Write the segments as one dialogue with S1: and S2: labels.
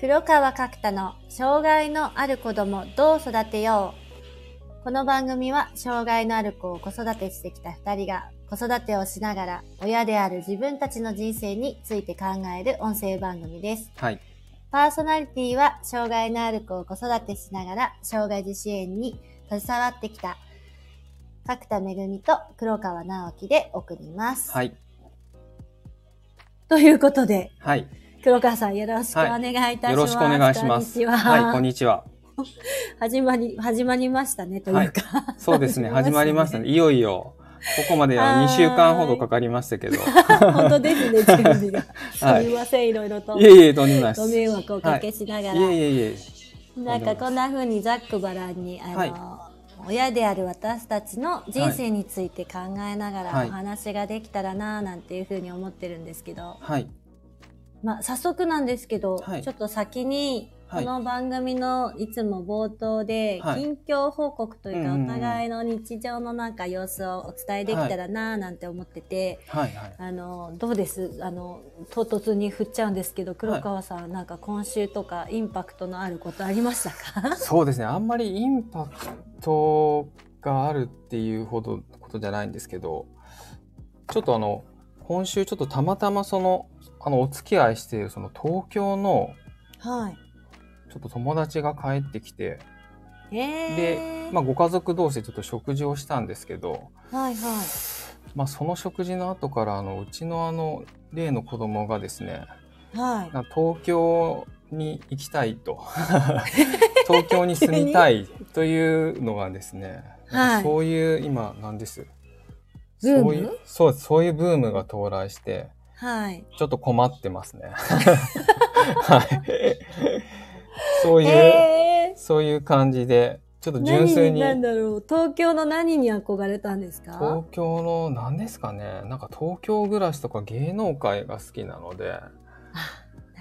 S1: 黒川角太の障害のある子供どう育てよう。この番組は障害のある子を子育てしてきた二人が子育てをしながら親である自分たちの人生について考える音声番組です。
S2: はい。
S1: パーソナリティは障害のある子を子育てしながら障害児支援に携わってきた角田めぐみと黒川直樹で送ります。
S2: はい。
S1: ということで、
S2: はい。
S1: 黒川さんよろしくお願いいたします。
S2: よろしくお願いしま
S1: こん
S2: す。
S1: にちは。
S2: はい、こんにちは。
S1: 始まり、始まりましたね、というか。
S2: そうで すね、始まりましたね。いよいよ。ここまで
S1: はーい
S2: 2週間ほどかかりましたけど。
S1: 本当ですね、準備が。
S2: はい
S1: すみません、いろいろと。
S2: いえいえ、とんでもないです。
S1: ご
S2: い
S1: 迷
S2: え
S1: 惑をおかけしながら。
S2: いえいえ。
S1: なんかこんな風にざっくばらんに、あの、
S2: はい
S1: 親である私たちの人生について考えながら
S2: はい
S1: お話ができたらなぁなんていう風に思ってるんですけど、
S2: はい。
S1: まあ早速なんですけど、
S2: はい
S1: ちょっと先に、こ
S2: はい
S1: の番組のいつも冒頭で、
S2: はい
S1: 近況報告というか、
S2: うんうんうん
S1: お互いの日常のなんか様子をお伝えできたらなぁなんて思ってて、
S2: はい。はい。
S1: あのどうですあの唐突に振っちゃうんですけど黒川さん、なんか今週とかインパクトのあることありましたか
S2: そうですね、あんまりインパクトがあるっていうほどことじゃないんですけど、ちょっとあの、今週ちょっとたまたまその、あの、お付き合いしているその東京の
S1: はい
S2: ちょっと友達が帰ってきて、
S1: え
S2: で
S1: ー、、
S2: まあ、ご家族同士でちょっと食事をしたんですけど、
S1: はいはい
S2: まあ、その食事の後からあのうちのあの例の子供がですね
S1: はい
S2: なんか東京に行きた いと東京に住みたいというのがですね、
S1: はい
S2: そういう今なんです
S1: ブーム
S2: そういうそうですそういうブームが到来して
S1: はい
S2: ちょっと困ってます ねはいそういう、
S1: え
S2: そういう感じでちょっと
S1: ー、
S2: 純
S1: 何
S2: 粋
S1: に
S2: に
S1: なんだろう東京の何に憧れたんですか
S2: 東京の何ですかねなんか東京暮らしとか芸能界が好きなので
S1: な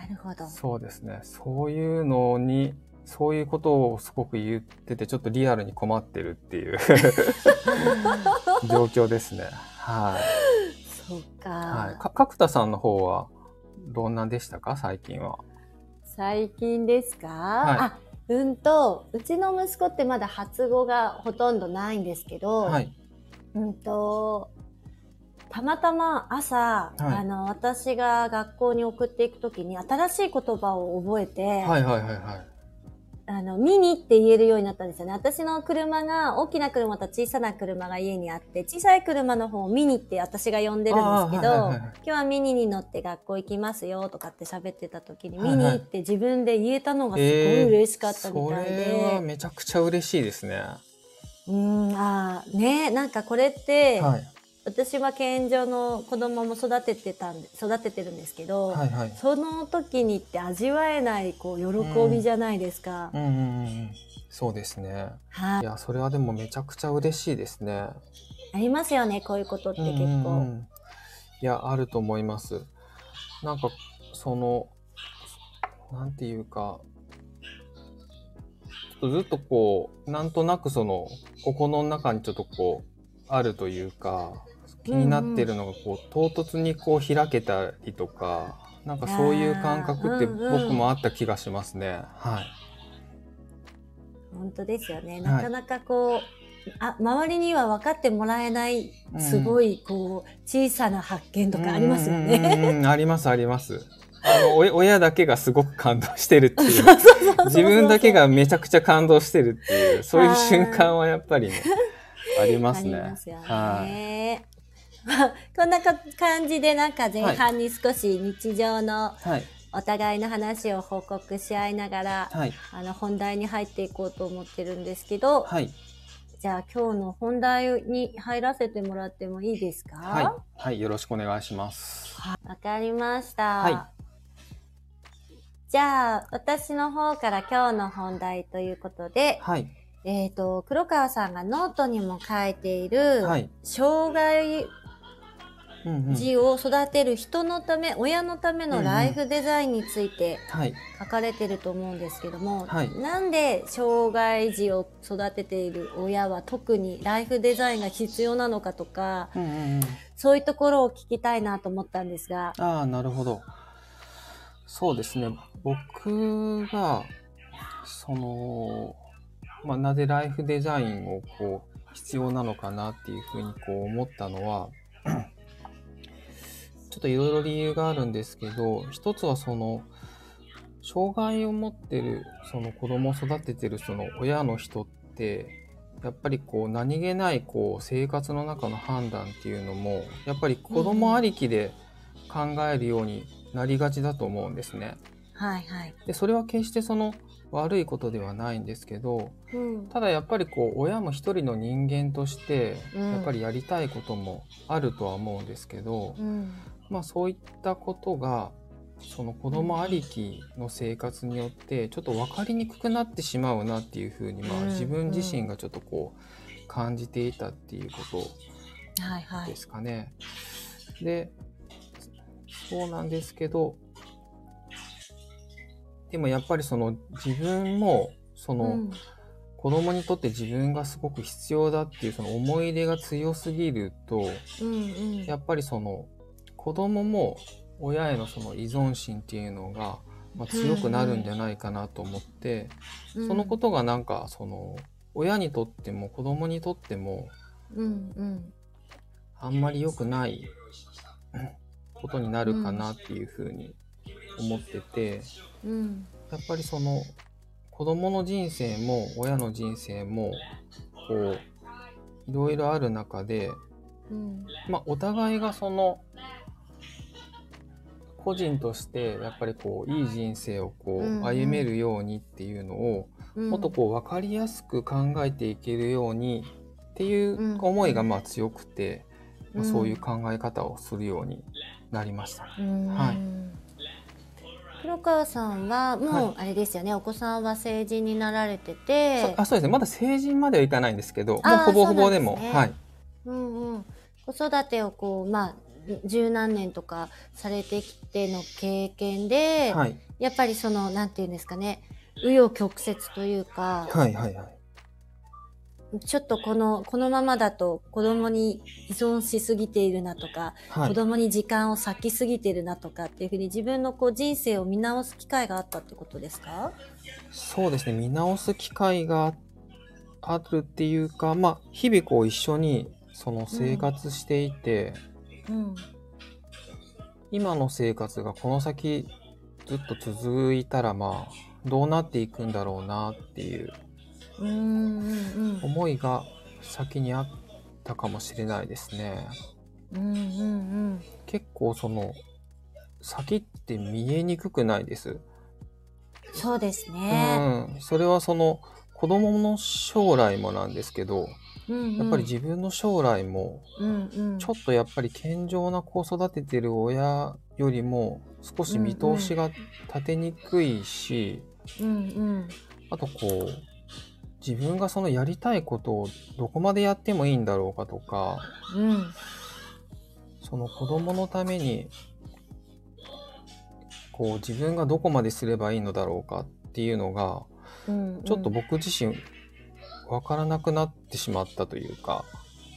S1: るほど
S2: そうですねそういうのにそういうことをすごく言っててちょっとリアルに困ってるっ ていう状況ですねは
S1: そうか,、
S2: い、はい、か角田さんの方はどんなでしたか最近は
S1: 最近ですか、
S2: い
S1: あうんとうちの息子ってまだ初語がほとんどないんですけど、
S2: はい
S1: うんと、たまたま朝、
S2: い
S1: あの、私が学校に送っていくときに新しい言葉を覚えて、
S2: はいはいはいはい
S1: あの、ミニって言えるようになったんですよね。私の車が、大きな車と小さな車が家にあって、小さい車の方をミニって私が呼んでるんですけど、
S2: あーはいはいはいはい
S1: 今日はミニに乗って学校行きますよとかって喋ってた時に、
S2: はいはい
S1: ミニって自分で言えたのがすご
S2: え
S1: い
S2: ー
S1: 嬉しかったみたいで。
S2: それはめちゃくちゃ嬉しいですねは
S1: うん、あーね、なんかこれって、
S2: いはい
S1: 私は健常の子供も育ててたんで育ててるんですけど、
S2: はい
S1: その時にって味わえないこう喜びじゃないですか。
S2: うんうんうんうんそうですね
S1: はいい、
S2: やそれはでもめちゃくちゃ嬉しいですね。
S1: ありますよねこういうことって結構。
S2: うんうんうんいやあると思います。なんかそのなんていうかちょっとずっとこうなんとなくその心の中にちょっとこうあるというか気になってるのがこう唐突にこう開けたりとか。なんかそういう感覚って
S1: あーうんうん
S2: 僕もあった気がしますね。はい。
S1: 本当ですよね
S2: い
S1: なかなかこう、あ周りには分かってもらえない
S2: うん
S1: すごいこう小さな発見とかありますよ
S2: うんうん
S1: ね。
S2: うんうん。ありますあります。あのお親だけがすごく感動してるっていう。自分だけがめちゃくちゃ感動してるっていうそういう瞬間はやっぱりねありま
S1: あ
S2: す
S1: り
S2: ね。
S1: ますよ
S2: はい
S1: ね。まあこんなか感じでなんか前半に少し日常の
S2: はい
S1: お互いの話を報告し合いながら、
S2: はい
S1: あの本題に入っていこうと思ってるんですけど、
S2: はい
S1: じゃあ今日の本題に入らせてもらってもいいですか
S2: はいはいよろしくお願いします。
S1: わかりました。
S2: は
S1: じゃあ私の方から今日の本題ということで、
S2: はい
S1: えっ、と、黒川さんがノートにも書いている、
S2: はい。
S1: 障害
S2: うんうん
S1: 児を育てる人のため、親のためのライフデザインについて、
S2: はい
S1: 書かれてると思うんですけども、
S2: はい
S1: なんで障害児を育てている親は特にライフデザインが必要なのかとか
S2: うんうんうん
S1: そういうところを聞きたいなと思ったんですが
S2: ああなるほど。そうですね。僕が、その、まあ、なぜライフデザインをこう、必要なのかなっていうふうにこう思ったのは、 ちょっといろいろ理由があるんですけど、一つはその、障害を持ってる、その子供を育ててるその親の人って、やっぱりこう何気ないこう生活の中の判断っていうのも、やっぱり子供ありきで考えるようになりがちだと思うんですね。
S1: はいはい。
S2: で、それは決してその悪いことではないんですけど、
S1: うん。
S2: ただやっぱりこう親も一人の人間として、
S1: うん
S2: やっぱりやりたいこともあるとは思うんですけど、
S1: うん。
S2: まあ、そういったことがその子供ありきの生活によってちょっと分かりにくくなってしまうなっていうふうに、ま
S1: う
S2: あ、
S1: ん
S2: 自分自身がちょっとこう感じていたっていうこ
S1: はい
S2: と
S1: はい
S2: で。すかね。でそうなんですけどでもやっぱりその自分もそうの、
S1: ん。
S2: 子供にとって自分がすごく必要だっていうその思い入れが強すぎると
S1: うんうん。
S2: やっぱりその子供も親へのその依存心っていうのが、まあ、強くなるんじゃないかなと思って、そのことがなんかその親にとっても子供にとっても
S1: うんうん。
S2: あんまり良くないうんことになるかなっていうふうに思ってて、
S1: うん。
S2: やっぱりその子供の人生も親の人生もこういろいろある中で
S1: うん。
S2: まあ、お互いがその個人としてやっぱりこういい人生をこ
S1: うんうん
S2: う歩めるようにっていうのを
S1: うん。
S2: もっとこう分かりやすく考えていけるようにっていう思いがまあ強くて、まあ、そういう考え方をするようになりましたね。
S1: うん。
S2: はい
S1: 黒川さんはもうあれですよね、お子さんは成人になられてて
S2: そあそうですねまだ成人まではいかないんですけどもう
S1: あー
S2: ほぼほぼでも
S1: そうなんですね
S2: はい、
S1: うんうん、子育てをこうまあ十何年とかされてきての経験で、
S2: はい、
S1: やっぱりそのなんていうんですかね紆余曲折というか、
S2: はいはいはい
S1: ちょっとこのこのままだと子供に依存しすぎているなとか、
S2: は
S1: 子
S2: い
S1: 供に時間を割きすぎているなとかっていうふうに自分のこう人生を見直す機会があったってことですか
S2: そうですね見直す機会があるっていうか、まあ、日々こう一緒にその生活していて、
S1: うん
S2: 今の生活がこの先ずっと続いたらまあどうなっていくんだろうなっていう
S1: うんうんうん
S2: 思いが先にあったかもしれないですね。
S1: うんうん
S2: 結構その先って見えにくくないです。
S1: そうです
S2: う
S1: ね、
S2: ん、それはその子供の将来もなんですけど、
S1: うんうん、
S2: やっぱり自分の将来も
S1: うんうん
S2: ちょっとやっぱり健常な子を育ててる親よりも少し見通しが立てにくいし、
S1: うんうん
S2: あとこう自分がそのやりたいことをどこまでやってもいいんだろうかとか
S1: うん
S2: その子供のためにこう自分がどこまですればいいのだろうかっていうのが
S1: うんうん
S2: ちょっと僕自身わからなくなってしまったというか、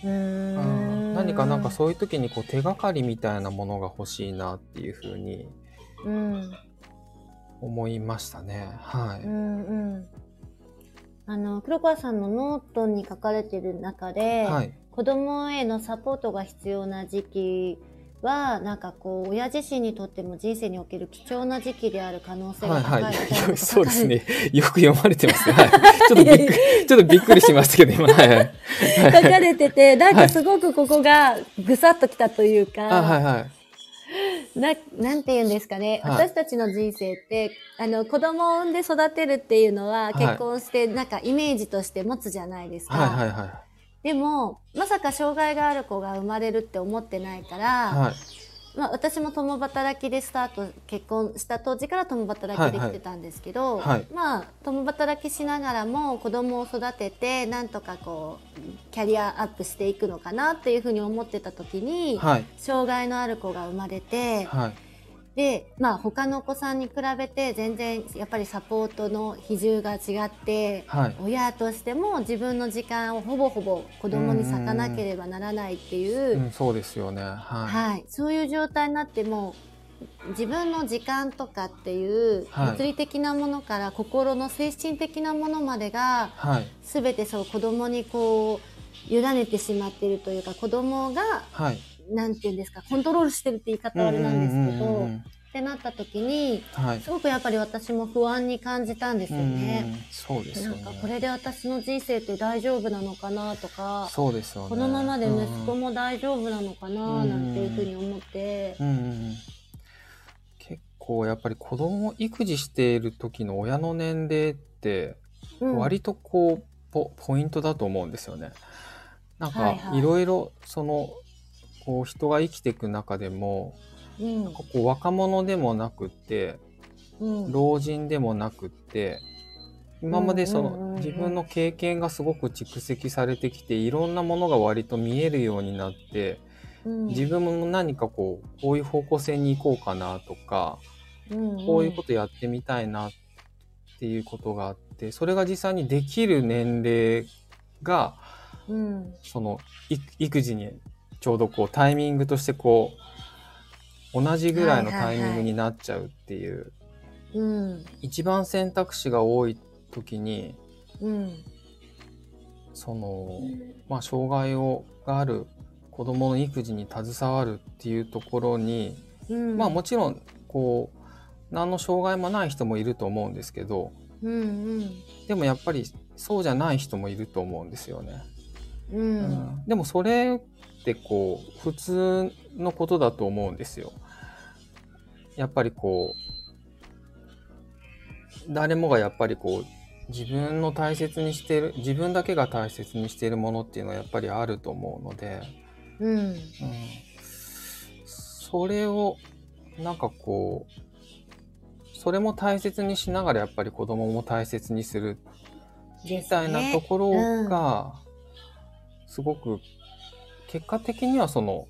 S1: うーん
S2: 何かなんかそういう時にこう手がかりみたいなものが欲しいなっていうふうに
S1: うん
S2: 思いましたね。は
S1: う
S2: い。
S1: んうんあの黒川さんのノートに書かれてる中で、
S2: はい。
S1: 子供へのサポートが必要な時期はなんかこう親自身にとっても人生における貴重な時期である可能性
S2: は
S1: が
S2: い
S1: 高いみ たいなことが書か れ
S2: は
S1: て
S2: い。そうですね。よく読まれてますね。はい。ちょっとびっくり、ちょっとびっくりしましたけど、今。はいはい。
S1: 書かれててなんかすごくここがぐさっときたというか、
S2: あ、はいはい。
S1: ななんて言うんですかね、
S2: はい
S1: 私たちの人生ってあの子供を産んで育てるっていうのは
S2: はい
S1: 結婚してなんかイメージとして持つじゃないですか、
S2: はいはいはい。
S1: でもまさか障害がある子が生まれるって思ってないから、
S2: はい。
S1: まあ、私も共働きでスタート結婚した当時から共働きできてたんですけど、
S2: はいはいはい
S1: まあ共働きしながらも子供を育ててなんとかこうキャリアアップしていくのかなっていうふうに思ってた時に、
S2: はい。
S1: 障害のある子が生まれて、
S2: はい。
S1: でまあ他のお子さんに比べて全然やっぱりサポートの比重が違って。
S2: はい。
S1: 親としても自分の時間をほぼほぼ子供に割かなければならないっていう
S2: うん、そうですよね。はい。
S1: はい、そういう状態になっても自分の時間とかっていう
S2: はい
S1: 物理的なものから心の精神的なものまでが
S2: はい
S1: 全てそう子供にこう委ねてしまっているというか子供が
S2: はい。
S1: なんて言うんですかコントロールしてるって言い方はあれなんですけ
S2: うんうんうんう
S1: どっ
S2: ん
S1: てなった時に
S2: はい。
S1: すごくやっぱり私も不安に感じたんですよ
S2: うんう
S1: ね。
S2: んそうです
S1: な
S2: よ
S1: ん
S2: ね。
S1: かこれで私の人生って大丈夫なのかなとか
S2: そうですよね。
S1: このままで息子
S2: も。
S1: も大丈夫なのかななんていうふうに思って、
S2: うんうんうん結構やっぱり子供を育児している時の親の年齢って
S1: うん
S2: 割とこうポポイントだと思うんですよね。なん
S1: はい
S2: か
S1: はい
S2: いろいろそのこう人が生きていく中でも
S1: うん
S2: なんかこう若者でもなくって
S1: うん
S2: 老人でもなくって今までそ
S1: うんうんうんうん
S2: の自分の経験がすごく蓄積されてきていろんなものが割と見えるようになって
S1: うん
S2: 自分も何かこうこういう方向性に行こうかなとか
S1: うん
S2: こういうことやってみたいなっていうことがあってそれが実際にできる年齢が
S1: うん
S2: そのい育児にちょうどこうタイミングとしてこう同じぐらいのタイミングになっちゃうっていう、
S1: うん
S2: 一番選択肢が多い時に
S1: うん
S2: その、まあ、障害をがある子どもの育児に携わるっていうところに、
S1: うん
S2: まあもちろんこう何の障害もない人もいると思うんですけど
S1: うん
S2: でもやっぱりそうじゃない人もいると思うんですよね。
S1: うんうん
S2: でもそれってこう普通のことだと思うんですよ。やっぱりこう誰もがやっぱりこう自分の大切にしている自分だけが大切にしているものっていうのはやっぱりあると思うので、
S1: うん
S2: うん、それをなんかこうそれも大切にしながらやっぱり子供も大切にするみたいなところが、すごく結果的にはその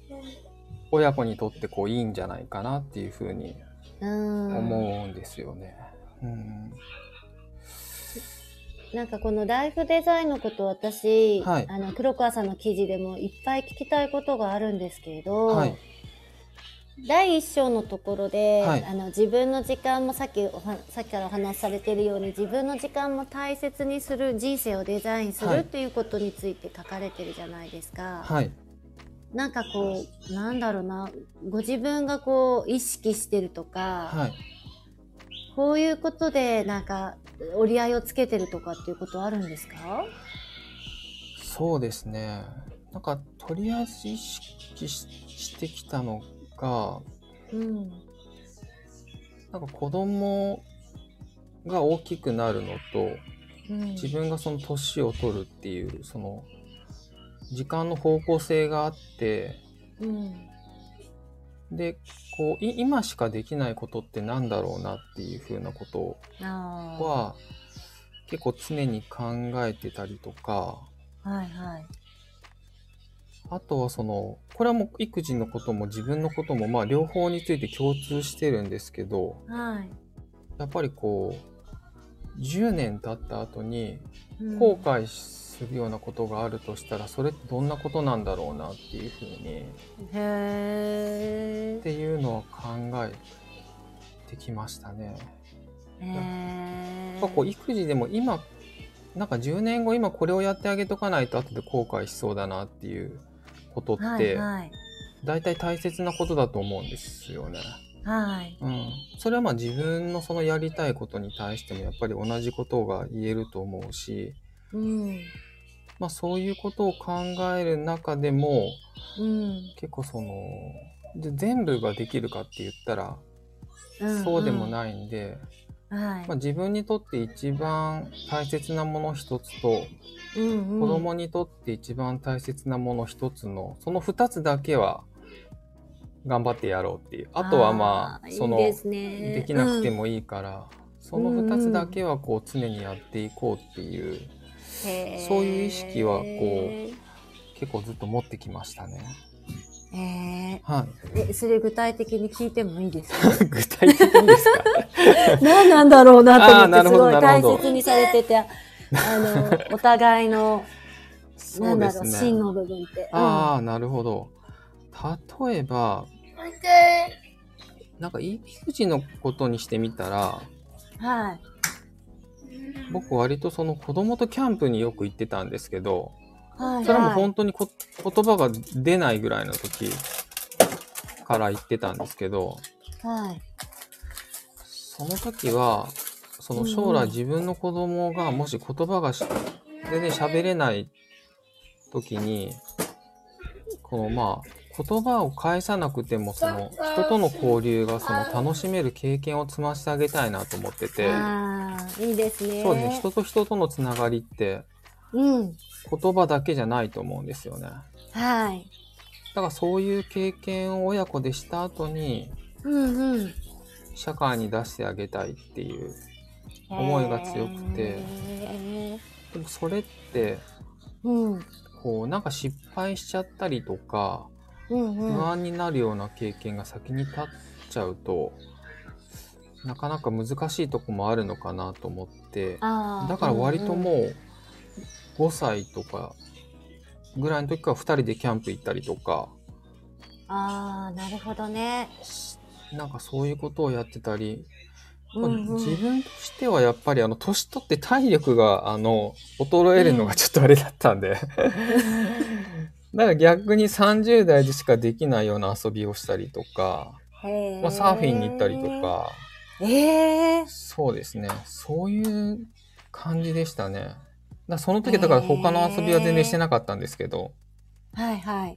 S2: 親子にとってこういいんじゃないかなっていうふうに
S1: うん
S2: 思うんですよね。うん
S1: なんかこのライフデザインのこと私、
S2: はい
S1: あの黒川さんの記事でもいっぱい聞きたいことがあるんですけれど、
S2: はい
S1: 第一章のところで、
S2: はい
S1: あの自分の時間もさっきおはさっきからお話しされているように自分の時間も大切にする人生をデザインする
S2: はい
S1: っていうことについて書かれてるじゃないですか。
S2: はい
S1: なんかこうなんだろうなご自分がこう意識してるとか、
S2: はい
S1: こういうことでなんか折り合いをつけてるとかっていうことあるんですか？
S2: そうですねなんかとりあえず意識ししてきたのが
S1: うん
S2: なんか子供が大きくなるのと
S1: うん
S2: 自分がその年を取るっていうその時間の方向性があって
S1: うん
S2: でこうい今しかできないことってなんだろうなっていうふうなこと
S1: あー
S2: は結構常に考えてたりとか
S1: はいはい。
S2: あとはそのこれはもう育児のことも自分のこともまあ両方について共通してるんですけど
S1: はい。
S2: やっぱりこう10年経った後に
S1: うん
S2: 後悔するようなことがあるとしたらそれってどんなことなんだろうなっていうふうに
S1: へ
S2: っ
S1: え。
S2: ていうのは考えてきましたね。
S1: へ
S2: やっぱこう育児でも今なんか10年後今これをやってあげとかないと後で後悔しそうだなっていうことっ
S1: はい
S2: て
S1: はい
S2: 大体大切なことだと思うんですよね。
S1: はい。
S2: うん、それはまあ自分のそのやりたいことに対してもやっぱり同じことが言えると思うし、
S1: うん
S2: まあ、そういうことを考える中でも
S1: うん
S2: 結構そのじゃ全部ができるかって言ったら
S1: うん。
S2: そうでも
S1: い。
S2: ないんで。
S1: はい
S2: まあ、。自分にとって一番大切なもの一つと
S1: うんうん
S2: 子供にとって一番大切なもの一つのその二つだけは頑張ってやろうっていうあとはまあ
S1: ー
S2: その
S1: いいですね
S2: できなくてもいいから、その二つだけはこう常にやっていこうっていう
S1: うんへー
S2: そういう意識はこ結構ずっと持ってきましたね。
S1: へ
S2: は
S1: ーえそれ具体的に聞いてもいいです か
S2: い、 具体的にで すか
S1: 何なんだろうなと思
S2: あー
S1: っ
S2: な
S1: て
S2: る
S1: す
S2: ほど
S1: ごい
S2: なる
S1: 大
S2: ほど
S1: 切にされててあの お互いの
S2: そ
S1: な
S2: うんで
S1: だろ
S2: す
S1: う
S2: ね。
S1: 芯の部分って
S2: ああ、なるほど。例えば、なんか EB 口のことにしてみたら、
S1: はい。
S2: 僕割とその子供とキャンプによく行ってたんですけど、
S1: はい。
S2: それも
S1: はい
S2: 本当にこ言葉が出ないぐらいの時から行ってたんですけど、
S1: はい。
S2: その時は、その将
S1: うんう
S2: 来
S1: ん
S2: 自分の子供がもし言葉がし全然喋れない時に、このまあ、言葉を返さなくても、その人との交流がその楽しめる経験を積ましてあげたいなと思ってて、
S1: ああ、いいですね。
S2: そうですね、人と人とのつながりって
S1: うん。
S2: 言葉だけじゃないと思うんですよね。だ
S1: はい。
S2: からそういう経験を親子でした後に、
S1: うんうん。
S2: 社会に出してあげたいっていう。思いが強くて
S1: へー。
S2: でもそれって、
S1: うん。うん
S2: こうなんか失敗しちゃったりとか
S1: うん。
S2: 不安になるような経験が先に立っちゃうと、なかなか難しいとこもあるのかなと思って
S1: あー
S2: だから割と
S1: うんうん
S2: もう5歳とかぐらいの時から2人でキャンプ行ったりとか
S1: ああ、なるほどね。
S2: なんかそういうことをやってた
S1: うんう
S2: り、
S1: ん
S2: 自分としてはやっぱりあの年取って体力があの衰えるのがちょっとあれだった んで、だから逆に30代でしかできないような遊びをしたりとか、
S1: へー
S2: まあ、サーフィンに行ったりと。か、
S1: ええ
S2: そうですねそういう感じでしたねだからその時だから他の遊びは全然してなかったんですけど、
S1: はいはい。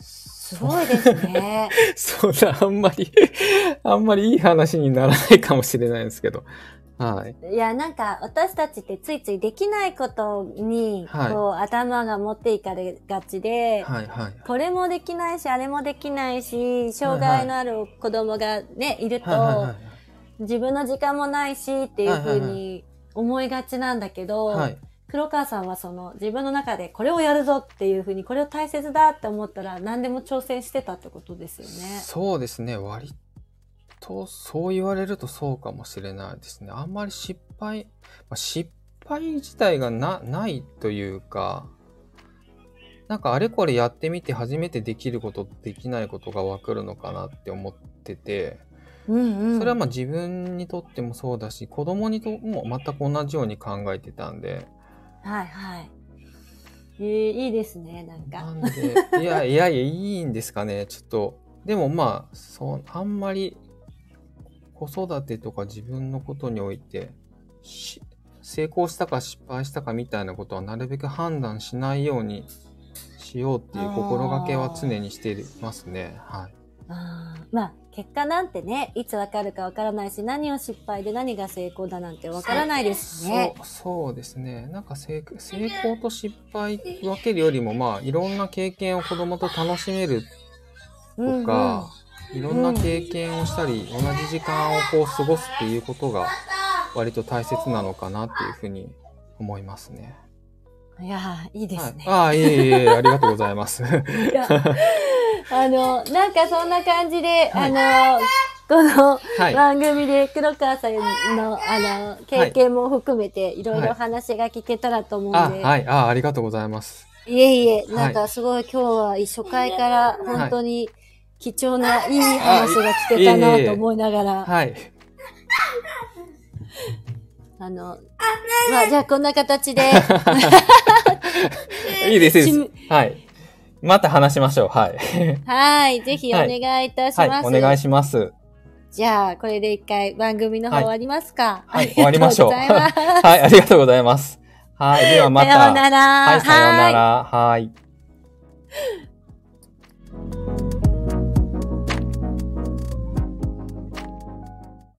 S1: す
S2: す
S1: ごいですね。
S2: そうだ、あんまり、 あんまりいい話にならないかもしれないですけど。はい。
S1: いや、なんか私たちってついついできないことに、
S2: はい
S1: こう頭が持っていかれがちで、
S2: はいはい。
S1: これもできないし、あれもできないし、障害のある子供がね、いると、
S2: はいはいはい
S1: 自分の時間もないしっていうふうに思いがちなんだけど、
S2: はい。はい。
S1: 黒川さんはその自分の中でこれをやるぞっていうふうにこれを大切だって思ったら何でも挑戦してたってことですよね。
S2: そうですね、割とそう言われるとそうかもしれないですね。あんまり失敗、まあ、失敗自体がなないというか、なんかあれこれやってみて初めてできることできないことが分かるのかなって思ってて、
S1: うんうん、
S2: それはまあ自分にとってもそうだし子供にとも全く同じように考えてたんで
S1: はいはい。えーいいですね、なんか。
S2: なんでいやいやいやいいんですかねちょ っとでもまあそうあんまり子育てとか自分のことにおいてし成功したか失敗したかみたいなことはなるべく判断しないようにしようっていう心がけは常にしてますね。はい、
S1: あーまあ、結果なんてね、いつわかるかわからないし、何を失敗で何が成功だなんてわからないですしね。
S2: そうそうですねなんか成成功と失敗分けるよりもまあいろんな経験を子供と楽しめる
S1: うんう
S2: と
S1: ん
S2: か、いろんな経験をしたり、同じ時間をこう過ごすっていうことが割と大切なのかなっていうふうに思いますね。
S1: いやーいいですね。
S2: はい、ああ、いえいえいえ、ありがとうござい ます。はい
S1: やあの、なんかそんな感じで、
S2: はい
S1: あの、この
S2: い。
S1: 番組で黒川さんの、あの、経験も含めて、いろいろお話が聞けたらと思うんで、
S2: あ、
S1: い
S2: はい、ああ、ありがとうございます。
S1: えいえ、
S2: い
S1: なんかすごい今日は初回から本当に貴重ないい
S2: あ
S1: 話が聞けた
S2: いえい
S1: な
S2: え
S1: と思いながら、
S2: はい。
S1: あの、まあじゃあこんな形で、
S2: いいです、い
S1: ち
S2: い
S1: む
S2: です。はい。また話しましょう。はい。
S1: はい、ぜひお願いいたします。
S2: はい、お願いします。
S1: じゃあ、これで一回番組の方終わりますか。
S2: はい、終わりましょう。
S1: ありがとうございます。
S2: はい、ありがとうございます。はい、ではまた。
S1: さようなら。
S2: はい、さような
S1: は
S2: ら。はい。